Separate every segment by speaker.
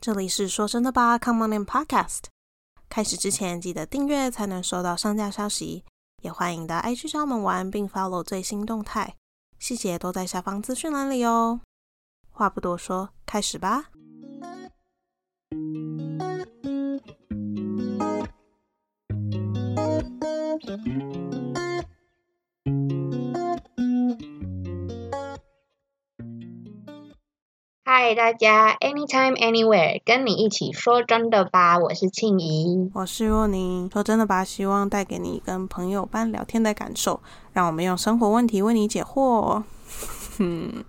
Speaker 1: 这里是说真的吧，Come on in Podcast。开始之前记得订阅才能收到上架消息，也欢迎到 IG 找我们玩，并 follow 最新动态，细节都在下方资讯栏里哦。话不多说，开始吧。
Speaker 2: 嗨，大家，anytime anywhere，跟你一起说真的吧，我是庆怡。
Speaker 1: 我是若宁，说真的吧，希望带给你跟朋友般聊天的感受，让我们用生活问题为你解惑。嗯，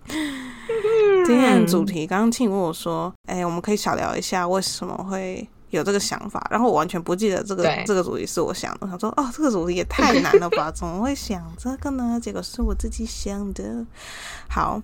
Speaker 1: 今天的主题，刚刚庆问我说，哎、我们可以小聊一下为什么会。有这个想法，然后我完全不记得这个
Speaker 2: 对
Speaker 1: 这个主题是我想的。我想说，哦，这个主题也太难了吧？怎么会想这个呢？结果是我自己想的。好，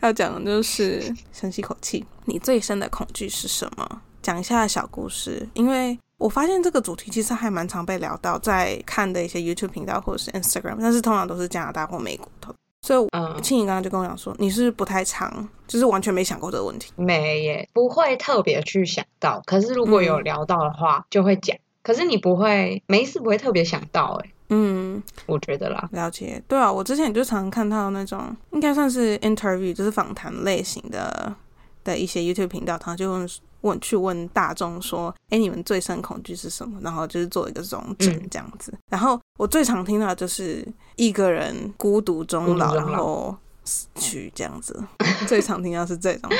Speaker 1: 要讲的就是深吸口气，你最深的恐惧是什么？讲一下小故事，因为我发现这个主题其实还蛮常被聊到，在看的一些 YouTube 频道或者是 Instagram，但是通常都是加拿大或美国的。所以我，
Speaker 2: 嗯，
Speaker 1: 庆怡刚刚就跟我讲说，你是不太常，就是完全没想过这个问题。
Speaker 2: 没耶，不会特别去想到，可是如果有
Speaker 1: 嗯
Speaker 2: 聊到的话，就会讲。可是你不会没事不会特别想到，哎，
Speaker 1: 嗯，
Speaker 2: 我觉得啦，
Speaker 1: 了解。对啊，我之前就常看到那种应该算是 interview，就是访谈类型的的一些 YouTube 频道，他就问问去问大众说：“哎，你们最深恐惧是什么？”然后就是做一个总整
Speaker 2: 嗯
Speaker 1: 这样子。然后我最常听到的就是一个人孤独终老，
Speaker 2: 孤独终老
Speaker 1: 然后死去这样子，最常听到是这种。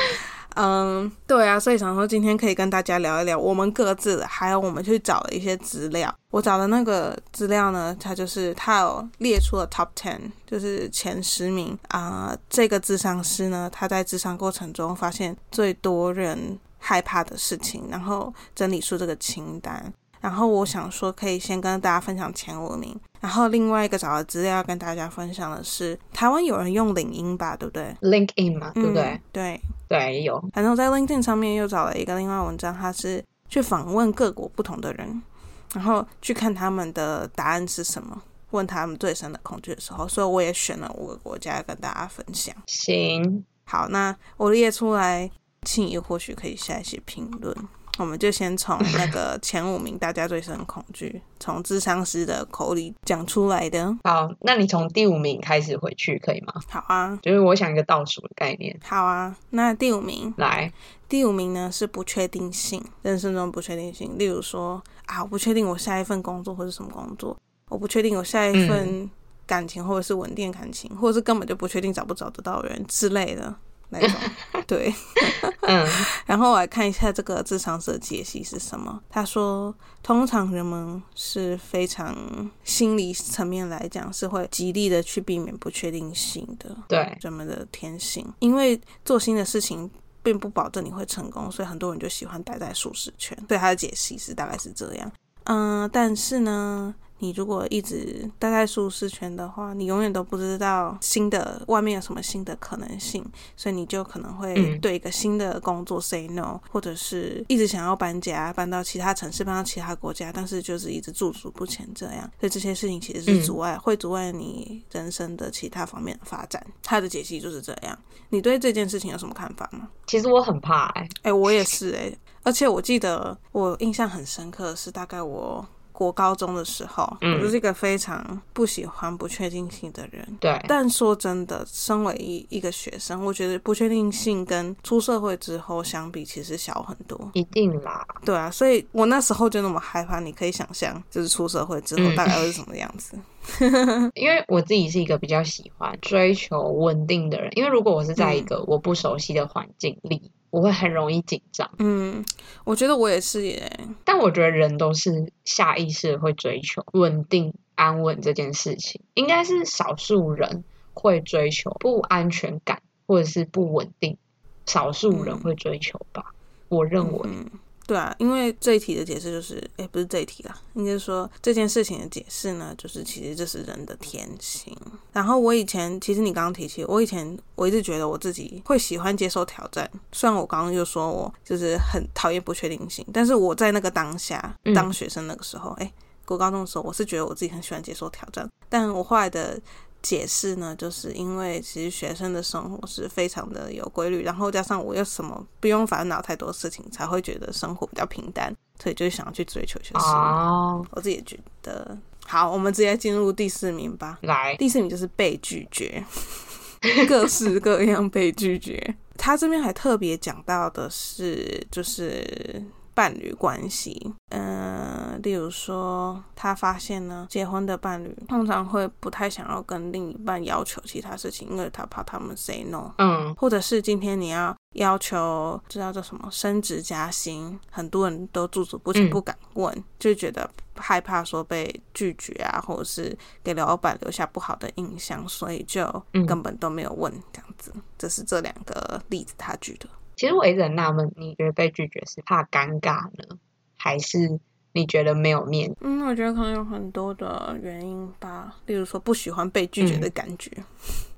Speaker 1: 嗯，对啊，所以想说今天可以跟大家聊一聊我们各自的，还有我们去找了一些资料。我找的那个资料呢，它就是它有列出了 top ten，就是前十名啊、这个智商师呢，他在智商过程中发现最多人害怕的事情，然后整理出这个清单。然后我想说，可以先跟大家分享前五名，然后另外一个找的资料要跟大家分享的是，台湾有人用领英吧，对不对？
Speaker 2: ，link in 嘛，对不对
Speaker 1: 嗯？？对，
Speaker 2: 对，有，
Speaker 1: 反正我在 LinkedIn 上面又找了一个另外文章，它是去访问各国不同的人，然后去看他们的答案是什么，问他们最深的恐惧的时候，所以我也选了五个国家跟大家分享。
Speaker 2: 行，
Speaker 1: 好，那我列出来，庆怡或许可以下一些评论。我们就先从那个前五名大家最深恐惧，从智商师的口里讲出来的。
Speaker 2: 好，那你从第五名开始回去可以吗？
Speaker 1: 好啊，
Speaker 2: 就是我想一个倒数的概念，
Speaker 1: 好啊。那第五名，
Speaker 2: 来，
Speaker 1: 第五名呢是不确定性，人生中不确定性，例如说啊，我不确定我下一份工作或是什么工作，我不确定我下一份感情或者是稳定的感情，或者是根本就不确定找不找得到人之类的那种。对，
Speaker 2: 嗯，
Speaker 1: 然后我来看一下这个智商者解析是什么。他说，通常人们是非常心理层面来讲是会极力的去避免不确定性的，
Speaker 2: 对，
Speaker 1: 人们的天性，因为做新的事情并不保证你会成功，所以很多人就喜欢待在舒适圈。对他的解析是大概是这样，嗯、但是呢，你如果一直待在舒适圈的话，你永远都不知道新的外面有什么新的可能性，所以你就可能会
Speaker 2: 嗯
Speaker 1: 对一个新的工作 say no，、或者是一直想要搬家，搬到其他城市，搬到其他国家，但是就是一直驻足不前这样。所以这些事情其实是
Speaker 2: 嗯
Speaker 1: 阻碍，会阻碍你人生的其他方面的发展。他的解析就是这样。你对这件事情有什么看法吗？
Speaker 2: 其实我很怕、哎，
Speaker 1: 哎、我也是哎、而且我记得我印象很深刻的是，大概我国高中的时候，
Speaker 2: 嗯
Speaker 1: 我就是一个非常不喜欢不确定性的人。
Speaker 2: 对，
Speaker 1: 但说真的，身为一一个学生，我觉得不确定性跟出社会之后相比，其实小很多。
Speaker 2: 一定啦，
Speaker 1: 对啊，所以我那时候就那么害怕，你可以想象，就是出社会之后
Speaker 2: 嗯
Speaker 1: 大概会是什么样子。
Speaker 2: 因为我自己是一个比较喜欢追求稳定的人，因为如果我是在
Speaker 1: 嗯
Speaker 2: 一个我不熟悉的环境里，我会很容易紧张。
Speaker 1: 嗯，我觉得我也是耶。
Speaker 2: 但我觉得人都是下意识地会追求稳定、安稳这件事情，应该是少数人会追求不安全感或者是不稳定，少数人
Speaker 1: 嗯
Speaker 2: 会追求吧。我认为，
Speaker 1: 嗯，对啊，因为这一题的解释就是，哎，不是这一题啦，应该说这件事情的解释呢，就是其实这是人的天性。然后我以前，其实你刚刚提起，我以前我一直觉得我自己会喜欢接受挑战，虽然我刚刚就说我就是很讨厌不确定性，但是我在那个当下，
Speaker 2: 嗯
Speaker 1: 当学生那个时候，哎、国高中的时候，我是觉得我自己很喜欢接受挑战，但我后来的解释呢，就是因为其实学生的生活是非常的有规律，然后加上我又什么不用烦恼太多事情，才会觉得生活比较平淡，所以就想要去追求学生。
Speaker 2: 哦，
Speaker 1: 我自己也觉得，好，我们直接进入第四名吧。
Speaker 2: 来，
Speaker 1: 第四名就是被拒绝，各式各样被拒绝。他这边还特别讲到的是，就是伴侣关系，嗯、例如说，他发现呢，结婚的伴侣通常会不太想要跟另一半要求其他事情，因为他怕他们 say no。
Speaker 2: 嗯，
Speaker 1: 或者是今天你要要求，知道叫什么升职加薪，很多人都驻足不前，
Speaker 2: 嗯
Speaker 1: 不敢问，就觉得害怕说被拒绝啊，或者是给老板留下不好的印象，所以就
Speaker 2: 嗯
Speaker 1: 根本都没有问这样子。这是这两个例子他举的。
Speaker 2: 其实我一直很纳闷，你觉得被拒绝是怕尴尬呢，还是你觉得没有面子？
Speaker 1: 嗯，我觉得可能有很多的原因吧，例如说不喜欢被拒绝的感觉，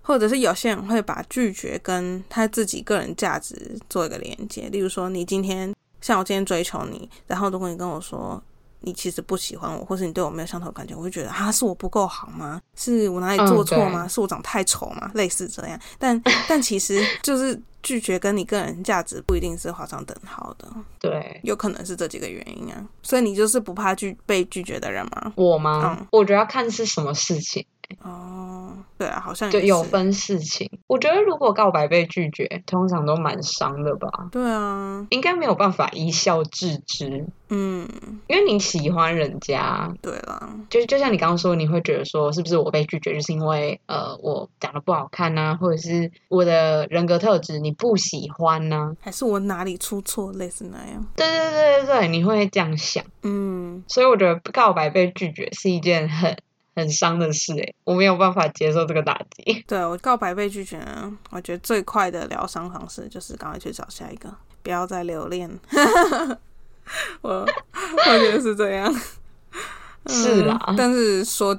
Speaker 1: 或者是有些人会把拒绝跟他自己个人价值做一个连接。例如说，你今天像我今天追求你，然后如果你跟我说你其实不喜欢我，或是你对我没有相同的感觉，我会觉得啊，是我不够好吗？是我哪里做错吗？是我长太丑吗？类似这样，但 但其实就是拒绝跟你个人价值不一定是画上等号的。
Speaker 2: 对
Speaker 1: 有可能是这几个原因啊。所以你就是不怕拒被拒绝的人吗？
Speaker 2: 我吗？
Speaker 1: 嗯
Speaker 2: 我觉得要看是什么事情。
Speaker 1: 哦，对啊，好像
Speaker 2: 就
Speaker 1: 也
Speaker 2: 有
Speaker 1: 是。
Speaker 2: 分事情。我觉得如果告白被拒绝，通常都蛮伤的吧，
Speaker 1: 对啊，
Speaker 2: 应该没有办法一笑置之，
Speaker 1: 嗯，
Speaker 2: 因为你喜欢人家，
Speaker 1: 对啦，
Speaker 2: 就就像你刚刚说，你会觉得说是不是我被拒绝，就是因为呃我长得不好看呐、或者是我的人格特质你不喜欢呐、
Speaker 1: 还是我哪里出错，类似那样。
Speaker 2: 对对对对对，你会这样想，
Speaker 1: 嗯，
Speaker 2: 所以我觉得告白被拒绝是一件很。很伤的事诶、我没有办法接受这个打击。
Speaker 1: 对啊我告白被拒绝呢，我觉得最快的疗伤方式就是赶快去找下一个，不要再留恋。 我我觉得是这样。
Speaker 2: 是啦
Speaker 1: 嗯但是说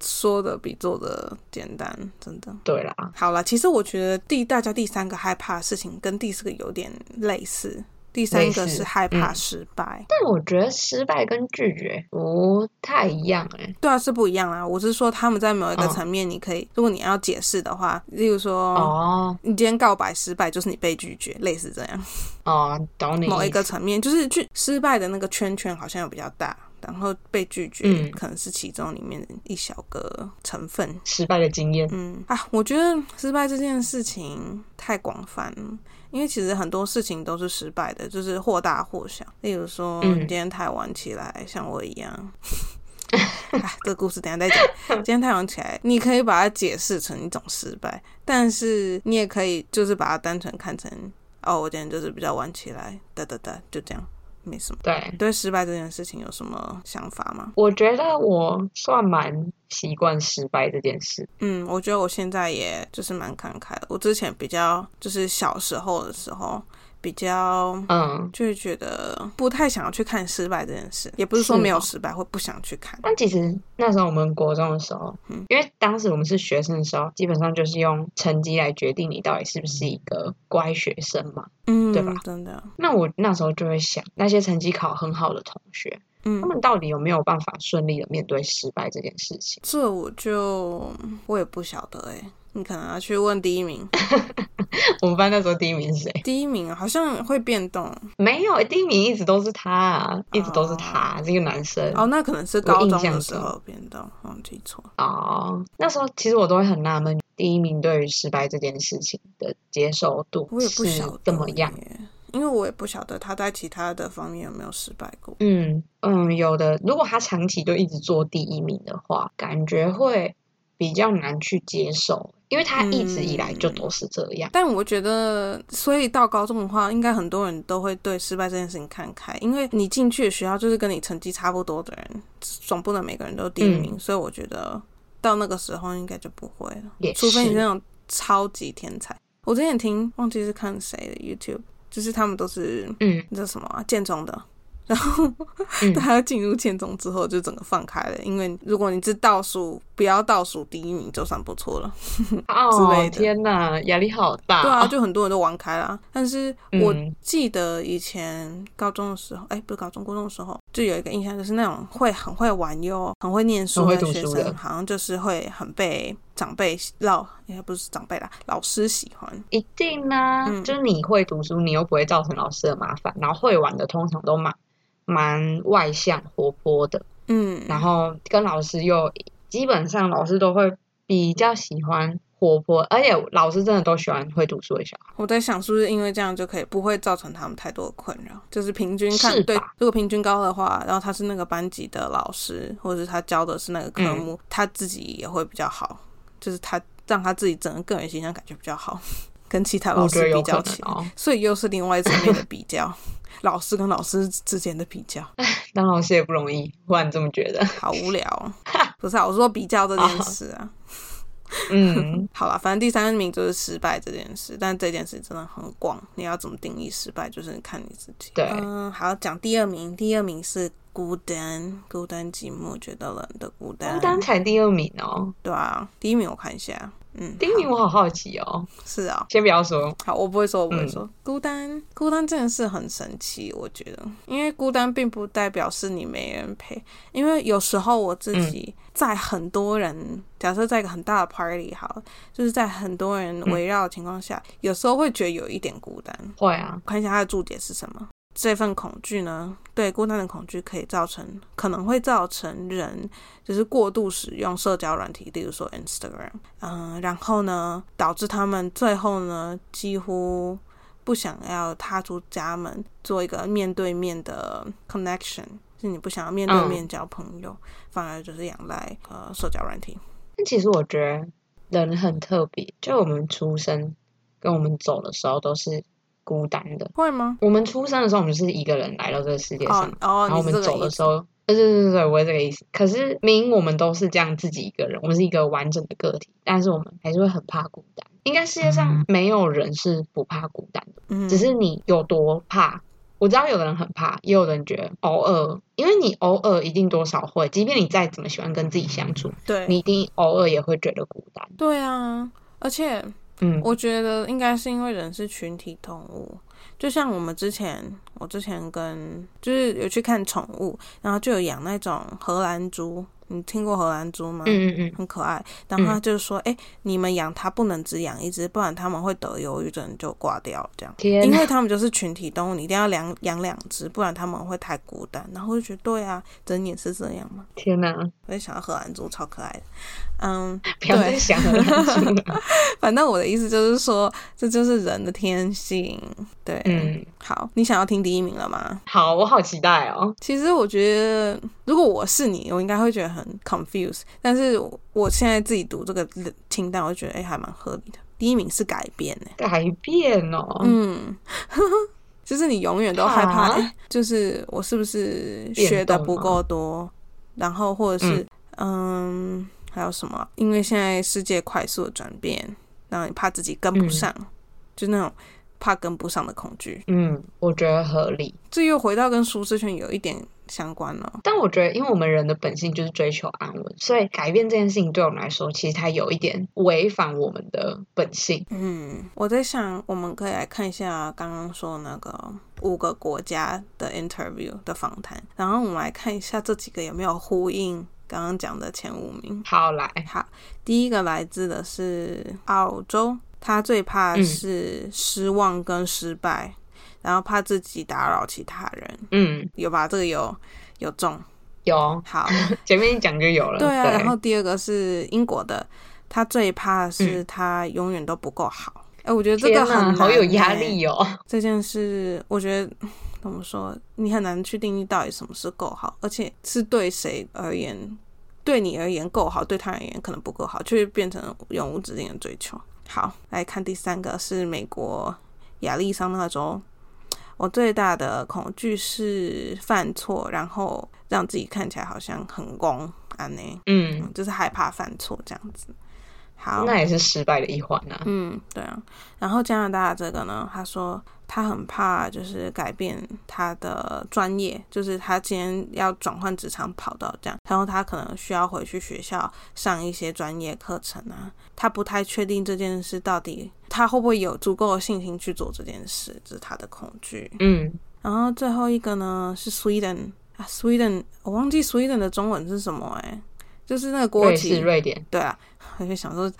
Speaker 1: 说的比做的简单，真的。
Speaker 2: 对啦，
Speaker 1: 好了，其实我觉得第大家第三个害怕的事情跟第四个有点类似，第三个
Speaker 2: 类似
Speaker 1: 是害怕
Speaker 2: 嗯
Speaker 1: 失败，
Speaker 2: 但我觉得失败跟拒绝不太一样欸诶、
Speaker 1: 对啊是不一样啦。我是说他们在某一个
Speaker 2: 嗯
Speaker 1: 层面，你可以，如果你要解释的话，例如说。
Speaker 2: 哦
Speaker 1: 你今天告白失败，就是你被拒绝，类似这样。
Speaker 2: 哦，懂你
Speaker 1: 某
Speaker 2: 意
Speaker 1: 一个
Speaker 2: 思
Speaker 1: 层面，就是去失败的那个圈圈好像有比较大，然后被拒绝
Speaker 2: 嗯
Speaker 1: 可能是其中里面的一小个成分。
Speaker 2: 失败的经验，
Speaker 1: 嗯啊，我觉得失败这件事情太广泛了，因为其实很多事情都是失败的，就是或大或小。例如说，
Speaker 2: 嗯
Speaker 1: 你今天太晚起来，像我一样。 哎，这个故事等一下再讲。今天太晚起来，你可以把它解释成一种失败，但是你也可以就是把它单纯看成哦，我今天就是比较晚起来，哒哒哒，就这样，没什么。
Speaker 2: 对
Speaker 1: 你对失败这件事情有什么想法吗？
Speaker 2: 我觉得我算蛮习惯失败这件事，
Speaker 1: 嗯，我觉得我现在也就是蛮感慨的。我之前比较就是小时候的时候，比较
Speaker 2: 嗯，
Speaker 1: 就会觉得不太想要去看失败这件事，也不是说
Speaker 2: 是
Speaker 1: 没有
Speaker 2: 哦
Speaker 1: 失败，会不想去看。
Speaker 2: 但其实那时候我们国中的时候，
Speaker 1: 嗯
Speaker 2: 因为当时我们是学生的时候，基本上就是用成绩来决定你到底是不是一个乖学生嘛。
Speaker 1: 嗯，
Speaker 2: 对吧
Speaker 1: 真的，
Speaker 2: 那我那时候就会想，那些成绩考很好的同学，
Speaker 1: 嗯
Speaker 2: 他，们到底有没有办法顺利的面对失败这件事情？
Speaker 1: 这我就我也不晓得哎、你可能要去问第一名，
Speaker 2: 我们班那时候第一名是谁？
Speaker 1: 第一名好像会变动
Speaker 2: 没有，第一名一直都是他啊，一直都是
Speaker 1: 哦
Speaker 2: 他，是一个男生。
Speaker 1: 哦，那可能是
Speaker 2: 我
Speaker 1: 高
Speaker 2: 印
Speaker 1: 中的
Speaker 2: 象
Speaker 1: 时
Speaker 2: 中
Speaker 1: 候变动，忘记错了。
Speaker 2: 哦，那时候其实我都会很纳闷，第一名对于失败这件事情的接受度
Speaker 1: 我也不
Speaker 2: 是
Speaker 1: 晓得
Speaker 2: 怎么样？
Speaker 1: 耶，因为我也不晓得他在其他的方面有没有失败过。
Speaker 2: 嗯嗯，有的。如果他长期就一直做第一名的话，感觉会比较难去接受，因为他一直以来
Speaker 1: 嗯
Speaker 2: 就都是这样。
Speaker 1: 但我觉得，所以到高中的话，应该很多人都会对失败这件事情看开，因为你进去的学校就是跟你成绩差不多的人，总不能每个人都第一
Speaker 2: 嗯
Speaker 1: 名，所以我觉得到那个时候应该就不会了，
Speaker 2: 也
Speaker 1: 除非你是
Speaker 2: 是
Speaker 1: 那种超级天才。我之前听忘记是看谁的 YouTube，就是他们都是
Speaker 2: 嗯
Speaker 1: 那叫什么啊、建中的。然后
Speaker 2: 嗯
Speaker 1: 他进入建中之后就整个放开了，因为如果你是倒数，不要倒数第一名就算不错了。之类
Speaker 2: 哦，
Speaker 1: 的
Speaker 2: 天哪，压力好大
Speaker 1: 对啊，
Speaker 2: 哦。
Speaker 1: 就很多人都玩开了啊。但是我
Speaker 2: 嗯
Speaker 1: 记得以前高中的时候，哎、不是高中，高中的时候，就有一个印象，就是那种会很会玩又很会念书
Speaker 2: 很会
Speaker 1: 的
Speaker 2: 读
Speaker 1: 学
Speaker 2: 书
Speaker 1: 生，
Speaker 2: 的
Speaker 1: 好像就是会很被长辈老也不是长辈啦，老师喜欢。
Speaker 2: 一定啊，
Speaker 1: 嗯
Speaker 2: 就是你会读书，你又不会造成老师的麻烦，然后会玩的通常都蛮蛮外向活泼的，
Speaker 1: 嗯，
Speaker 2: 然后跟老师又基本上老师都会比较喜欢活泼，而且老师真的都喜欢会读书的小孩。
Speaker 1: 我在想是不是因为这样就可以不会造成他们太多的困扰，就是平均看
Speaker 2: 是吧
Speaker 1: 对，如果平均高的话，然后他是那个班级的老师，或者是他教的是那个科
Speaker 2: 嗯
Speaker 1: 目，他自己也会比较好，就是他让他自己整个个人形象感觉比较好，跟其他老
Speaker 2: 我觉
Speaker 1: 师
Speaker 2: 得
Speaker 1: 比
Speaker 2: 有可
Speaker 1: 较
Speaker 2: 能
Speaker 1: 起来，
Speaker 2: 哦，
Speaker 1: 所以又是另外一层面的比较， 老师跟老师之间的比较。
Speaker 2: 当老师也不容易，忽然这么觉得。
Speaker 1: 好无聊 哦、不是啊，我说比较这件事啊。
Speaker 2: 嗯，
Speaker 1: 好啦，反正第三名就是失败这件事，但这件事真的很广，你要怎么定义失败，就是看你自己。
Speaker 2: 对
Speaker 1: 嗯，好，讲第二名，第二名是孤单，孤单寂寞，觉得冷的孤单。
Speaker 2: 孤单才第二名哦，
Speaker 1: 对啊，第一名我看一下，嗯，
Speaker 2: 第一名我好好奇哦。
Speaker 1: 好是啊、
Speaker 2: 先不要说，
Speaker 1: 好，我不会说，我不会说、孤单，孤单真的是很神奇，我觉得，因为孤单并不代表是你没人陪，因为有时候我自己在很多人，假设在一个很大的 party 好了，就是在很多人围绕的情况下，有时候会觉得有一点孤单。
Speaker 2: 会啊，
Speaker 1: 看一下它的注解是什么。这份恐惧呢，对孤单的恐惧可以造成，可能会造成人就是过度使用社交软体，例如说 Instagram，嗯、然后呢，导致他们最后呢几乎不想要踏出家门，做一个面对面的 connection，就是你不想要面对面交朋友，
Speaker 2: 嗯
Speaker 1: 反而就是仰赖呃社交软体。
Speaker 2: 但其实我觉得人很特别，就我们出生跟我们走的时候都是孤单的。
Speaker 1: 会吗？
Speaker 2: 我们出生的时候，我们是一个人来到这个世界上
Speaker 1: 哦
Speaker 2: 的，
Speaker 1: 哦，
Speaker 2: 然后我
Speaker 1: 你是
Speaker 2: 们
Speaker 1: 这
Speaker 2: 走
Speaker 1: 个意
Speaker 2: 的
Speaker 1: 思
Speaker 2: 时候，呃对对对对，我是这个意思。可是明明我们都是这样自己一个人，我们是一个完整的个体，但是我们还是会很怕孤单。应该世界上没有人是不怕孤单的，
Speaker 1: 嗯，
Speaker 2: 只是你有多怕。我知道有的人很怕，也有的人觉得偶尔，因为你偶尔一定多少会，即便你再怎么喜欢跟自己相处，
Speaker 1: 对，
Speaker 2: 你一定偶尔也会觉得孤单。
Speaker 1: 对啊，而且
Speaker 2: 嗯，
Speaker 1: 我觉得应该是因为人是群体动物，就像我们之前，我之前跟就是有去看宠物，然后就有养那种荷兰猪，你听过荷兰猪吗？
Speaker 2: 嗯嗯嗯，
Speaker 1: 很可爱，然后他就说：“哎、你们养它不能只养一只，不然他们会得忧郁症就挂掉。”这样，
Speaker 2: 天
Speaker 1: 因
Speaker 2: 哪，
Speaker 1: 为他们就是群体动物，你一定要养养两只，不然他们会太孤单。然后我就觉得，对啊，人也是这样嘛。
Speaker 2: 天哪，
Speaker 1: 我就想到荷兰猪超可爱的，嗯，
Speaker 2: 不要
Speaker 1: 对
Speaker 2: 再想了，
Speaker 1: 反正我的意思就是说，这就是人的天性。对，
Speaker 2: 嗯，
Speaker 1: 好，你想要听第一名了吗？
Speaker 2: 好，我好期待哦。
Speaker 1: 其实我觉得，如果我是你，我应该会觉得很 confused。但是我现在自己读这个清单，我就觉得哎、还蛮合理的。第一名是改变、欸，
Speaker 2: 改变哦，
Speaker 1: 嗯， 就是你永远都害怕，
Speaker 2: 啊
Speaker 1: 哎就是我是不是学的不够多，然后或者是嗯还有什么？因为现在世界快速的转变，让你怕自己跟不上，就那种怕跟不上的恐惧。
Speaker 2: 嗯，我觉得合理。
Speaker 1: 这又回到跟舒适圈有一点相关了。
Speaker 2: 但我觉得，因为我们人的本性就是追求安稳，所以改变这件事情对我们来说，其实它有一点违反我们的本性。
Speaker 1: 嗯，我在想，我们可以来看一下刚刚说那个五个国家的 interview 的访谈，然后我们来看一下这几个有没有呼应刚刚讲的前五名。
Speaker 2: 好，来，
Speaker 1: 好，第一个来自的是澳洲，他最怕
Speaker 2: 嗯
Speaker 1: 是失望跟失败，然后怕自己打扰其他人，
Speaker 2: 嗯，
Speaker 1: 有吧？这个有有中。
Speaker 2: 有，
Speaker 1: 好，
Speaker 2: 前面一讲就有了。
Speaker 1: 对啊。然后第二个是英国的，他最怕是他永远都不够好。哎、我觉得这个
Speaker 2: 嗯天
Speaker 1: 很
Speaker 2: 哪，
Speaker 1: 难
Speaker 2: 好有压
Speaker 1: 欸
Speaker 2: 力哦。
Speaker 1: 这件事，我觉得怎么说，你很难去定义到底什么是够好，而且是对谁而言，对你而言够好，对他而言可能不够好，却变成永无止境的追求。好，来看第三个是美国亚利桑那州，我最大的恐惧是犯错，然后让自己看起来好像很公安呢，
Speaker 2: 嗯，
Speaker 1: 就是害怕犯错这样子。好，
Speaker 2: 那也是失败的一环啊。
Speaker 1: 嗯，对啊。然后加拿大这个呢，他说他很怕就是改变他的专业，就是他今天要转换职场跑道这样，然后他可能需要回去学校上一些专业课程啊。他不太确定这件事到底他会不会有足够的信心去做这件事，这是他的恐惧。
Speaker 2: 嗯，
Speaker 1: 然后最后一个呢是 Sweden 啊，Sweden，我忘记 Sweden 的中文是什么哎、就是那个国
Speaker 2: 瑞士、
Speaker 1: 旗，
Speaker 2: 瑞典，
Speaker 1: 对啊， 我就想说，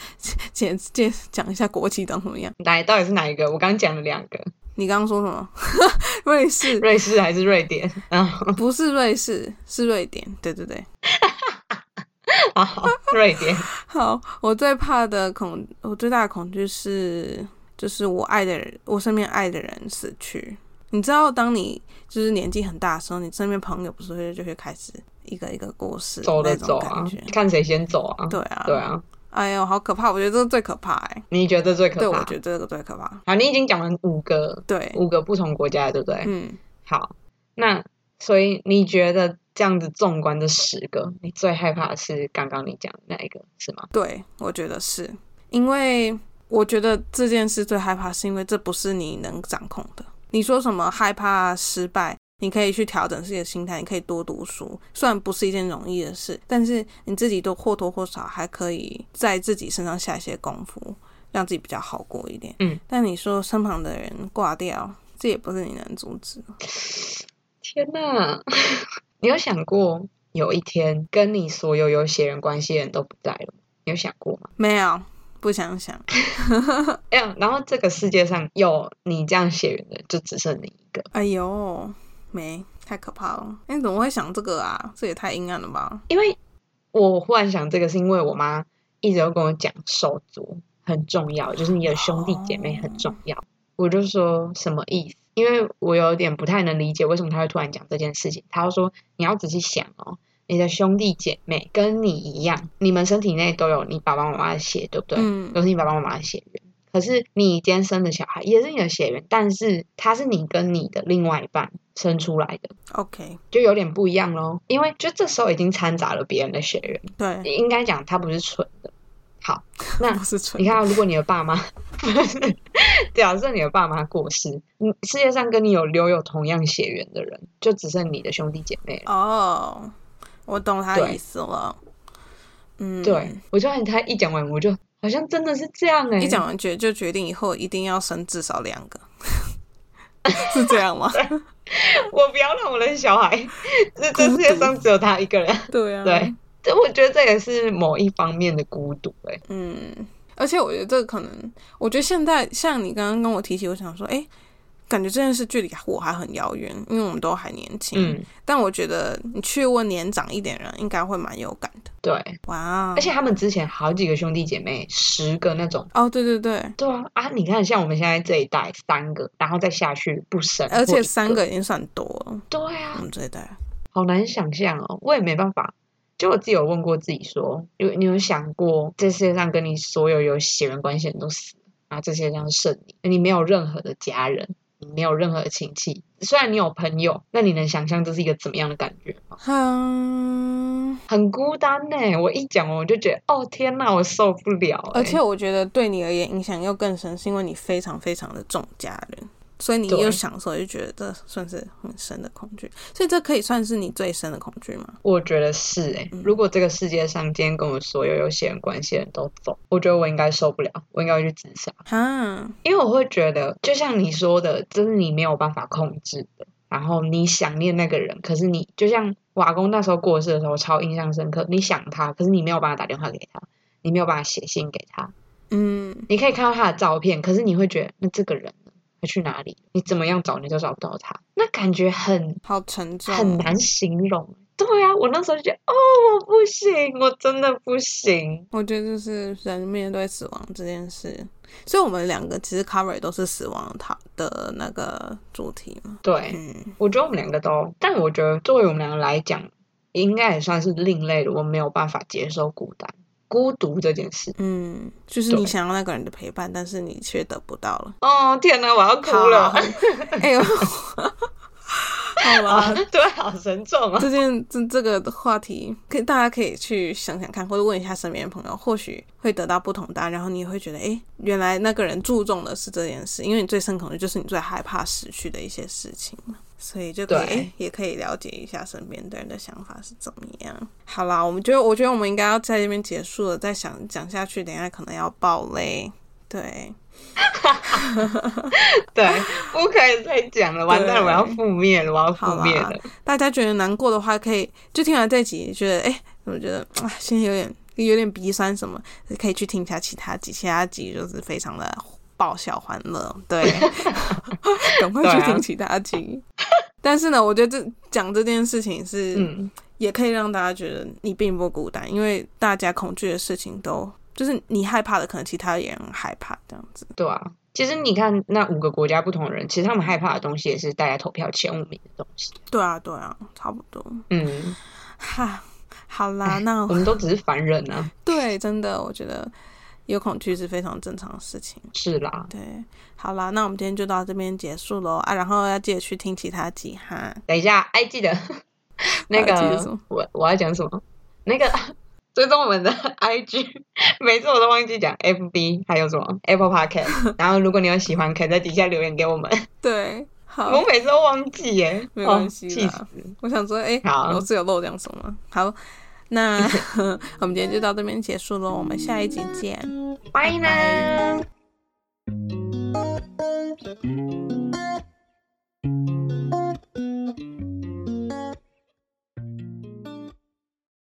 Speaker 1: 简简讲一下国旗长什么样。
Speaker 2: 哪到底是哪一个？我刚讲了两个，
Speaker 1: 你刚刚说什么？ 瑞士
Speaker 2: 瑞士还是瑞典？然后
Speaker 1: 不是瑞士，是瑞典。对对对，
Speaker 2: 好，瑞 典，
Speaker 1: 好，我最怕的恐，我最大的恐惧是，就是我爱的人，我身边爱的人死去。你知道，当你就是年纪很大的时候，你身边朋友不是会就会开始一个一个过世，
Speaker 2: 走
Speaker 1: 那
Speaker 2: 了
Speaker 1: 种
Speaker 2: 走
Speaker 1: 感
Speaker 2: 啊
Speaker 1: 觉。，
Speaker 2: 看谁先走啊。
Speaker 1: 对啊，
Speaker 2: 对，啊，
Speaker 1: 哎呦，好可怕！我觉得这个最可怕哎、
Speaker 2: 你觉得最可怕？
Speaker 1: 对，我觉得这个最可怕。
Speaker 2: 好，你已经讲完五个
Speaker 1: 对，
Speaker 2: 五个不同国家了，对不对？
Speaker 1: 嗯，
Speaker 2: 好，那所以你觉得这样子纵观这十个，你最害怕的是刚刚你讲的那一个是吗？
Speaker 1: 对，我觉得是因为我觉得这件事最害怕，是因为这不是你能掌控的。你说什么害怕失败，你可以去调整自己的心态，你可以多读书，虽然不是一件容易的事，但是你自己都或多或少还可以在自己身上下一些功夫，让自己比较好过一点。
Speaker 2: 嗯，
Speaker 1: 但你说身旁的人挂掉，这也不是你能阻止的。
Speaker 2: 天呐， 你有想过有一天跟你所有有血缘关系的人都不在了吗？你有想过吗？
Speaker 1: 没有，不想想。
Speaker 2: 哎呀，然后这个世界上有你这样血缘的，就只剩你一个。
Speaker 1: 哎呦，没，太可怕了！哎，你怎么会想这个啊？这也太阴暗了吧？
Speaker 2: 因为我忽然想这个，是因为我妈一直都跟我讲手足很重要，就是你的兄弟姐妹很重要。我就说什么意思？因为我有点不太能理解为什么她会突然讲这件事情。她就说你要仔细想哦，你的兄弟姐妹跟你一样，你们身体内都有你爸爸妈妈的血，对不对？
Speaker 1: 嗯
Speaker 2: 都是你爸爸妈妈的血缘。可是你今天生的小孩也是你的血缘，但是他是你跟你的另外一半生出来的，
Speaker 1: ，OK，
Speaker 2: 就有点不一样咯，因为就这时候已经掺杂了别人的血缘，
Speaker 1: 对，
Speaker 2: 应该讲他不是纯 的。好，那
Speaker 1: 不是蠢
Speaker 2: 你看啊、如果你的爸妈， 假设你的爸妈过世，你世界上跟你有留有同样血缘的人，就只剩你的兄弟姐妹了。
Speaker 1: 哦，我懂他的意思了。嗯，
Speaker 2: 对，，我就很他一讲完，我就好像真的是这样哎、
Speaker 1: 一讲完决就决定以后一定要生至少两个， 是这 样吗？
Speaker 2: 我不要让我的小孩， 这这世界上只有他一个人。
Speaker 1: 对啊，
Speaker 2: 对，，这我觉得这也是某一方面的孤独哎、
Speaker 1: 嗯，而且我觉得这个可能，我觉得现在像你刚刚跟我提起，我想说，哎，感觉这件事距离我还很遥远，因为我们都还年轻。
Speaker 2: 嗯，
Speaker 1: 但我觉得你去问年长一点的人，应该会蛮有感的。
Speaker 2: 对，
Speaker 1: 哇，哦
Speaker 2: 而且他们之前好几个兄弟姐妹，十个那种。
Speaker 1: 哦，对对对，
Speaker 2: 对啊，啊，你看，像我们现在这一代三个，然后再下去不生，
Speaker 1: 而
Speaker 2: 或
Speaker 1: 且
Speaker 2: 一
Speaker 1: 三
Speaker 2: 个，
Speaker 1: 个已经算多了，
Speaker 2: 对
Speaker 1: 我
Speaker 2: 啊，
Speaker 1: 们这一代。
Speaker 2: 好难想象哦，我也没办法。就我自己有问过自己说，有你有想过，这世界上跟你所有有血缘关系的人都死了，然后这世界上剩你，你没有任何的家人，你没有任何的亲戚，虽然你有朋友，那你能想象这是一个怎么样的感觉吗？
Speaker 1: 嗯，
Speaker 2: 很孤单呢、我一讲我就觉得，哦天呐，我受不了、欸。
Speaker 1: 而且我觉得对你而言影响又更深，是因为你非常非常的重家人，所以你
Speaker 2: 对
Speaker 1: 又想说，就觉得这算是很深的恐惧，所以这可以算是你最深的恐惧吗？
Speaker 2: 我觉得是诶、
Speaker 1: 嗯
Speaker 2: 如果这个世界上今天跟我所有有血缘关系的人都走，我觉得我应该受不了，我应该会去自杀，
Speaker 1: 哈，
Speaker 2: 因为我会觉得，就像你说的，这是你没有办法控制的。然后你想念那个人，可是你就像我阿公那时候过世的时候，我超印象深刻。你想他，可是你没有办法打电话给他，你没有办法写信给他，
Speaker 1: 嗯，
Speaker 2: 你可以看到他的照片，可是你会觉得，那这个人呢？他去哪里？你怎么样找你都找不到他，那感觉很
Speaker 1: 好沉重，哦
Speaker 2: 很难。形容。对啊，我那时候就觉得，哦，我不行，我真的不行。
Speaker 1: 我觉得就是人面对死亡这件事，所以我们两个其实 cover 都是死亡讨的那个主题嘛。
Speaker 2: 对，
Speaker 1: 嗯，
Speaker 2: 我觉得我们两个都，但我觉得作为我们两个来讲，应该也算是另类的。我没有办法接受孤单、孤独这件事。
Speaker 1: 嗯，就是你
Speaker 2: 对
Speaker 1: 想要那个人的陪伴，但是你却得不到了。
Speaker 2: 哦，天哪，我要哭
Speaker 1: 好
Speaker 2: 了
Speaker 1: 好！哎呦， 好
Speaker 2: 啊
Speaker 1: 吧，，
Speaker 2: 对，好沉重 啊。
Speaker 1: 这件这这个话题，可以大家可以去想想看，或者问一下身边的朋友，或许会得到不同答案，然后你也会觉得，哎，原来那个人注重的是这件事，因为你最深恐惧就是你最害怕失去的一些事情嘛。 所以就可以
Speaker 2: 对
Speaker 1: 诶也可以了解一下身边的人的想法是怎么样。好啦，我们觉得我觉得我们应该要在这边结束了，再想讲下去，等一下可能要爆雷。对，
Speaker 2: 对，不可以再讲了，完蛋了，我要
Speaker 1: 对
Speaker 2: 覆灭了，我要
Speaker 1: 好
Speaker 2: 覆灭
Speaker 1: 啦
Speaker 2: 了。
Speaker 1: 大家觉得难过的话，可以就听完这集，觉得哎、我觉得啊，现在有点有点鼻酸什么，可以去听一下其他集，其他集就是非常的爆笑欢乐，对，赶快去听其他集。但是呢，我觉得这讲这件事情是，
Speaker 2: 嗯，
Speaker 1: 也可以让大家觉得你并不孤单，因为大家恐惧的事情都就是你害怕的，可能其他也很害怕这样子。
Speaker 2: 对啊。其实你看，那五个国家不同的人，其实他们害怕的东西也是大家投票前五名的东西。
Speaker 1: 对啊，对啊，差不多。
Speaker 2: 嗯，
Speaker 1: 哈，好啦，那
Speaker 2: 我们都只是凡人啊。
Speaker 1: 对，真的，我觉得有恐惧是非常正常的事情。
Speaker 2: 是啦，
Speaker 1: 对，好啦，那我们今天就到这边结束喽啊，然后要记得去听其他集哈。
Speaker 2: 等一下，哎，记得 那
Speaker 1: 啊记得什
Speaker 2: 个
Speaker 1: 么，
Speaker 2: 我我要讲什么？那个 追踪我们的 IG，每 次我都忘记讲 FB，还有什么 Apple Podcast。然后，如果你有喜欢，可以在底下留言给我们。
Speaker 1: 对，好，
Speaker 2: 我每次都忘记耶，
Speaker 1: 没关系
Speaker 2: 哦气
Speaker 1: 啦
Speaker 2: 死。
Speaker 1: 我想说，哎、
Speaker 2: 好
Speaker 1: 我是有漏讲什么？好， 那我们今天就到这边结束喽，我们下一集见。
Speaker 2: 拜呢。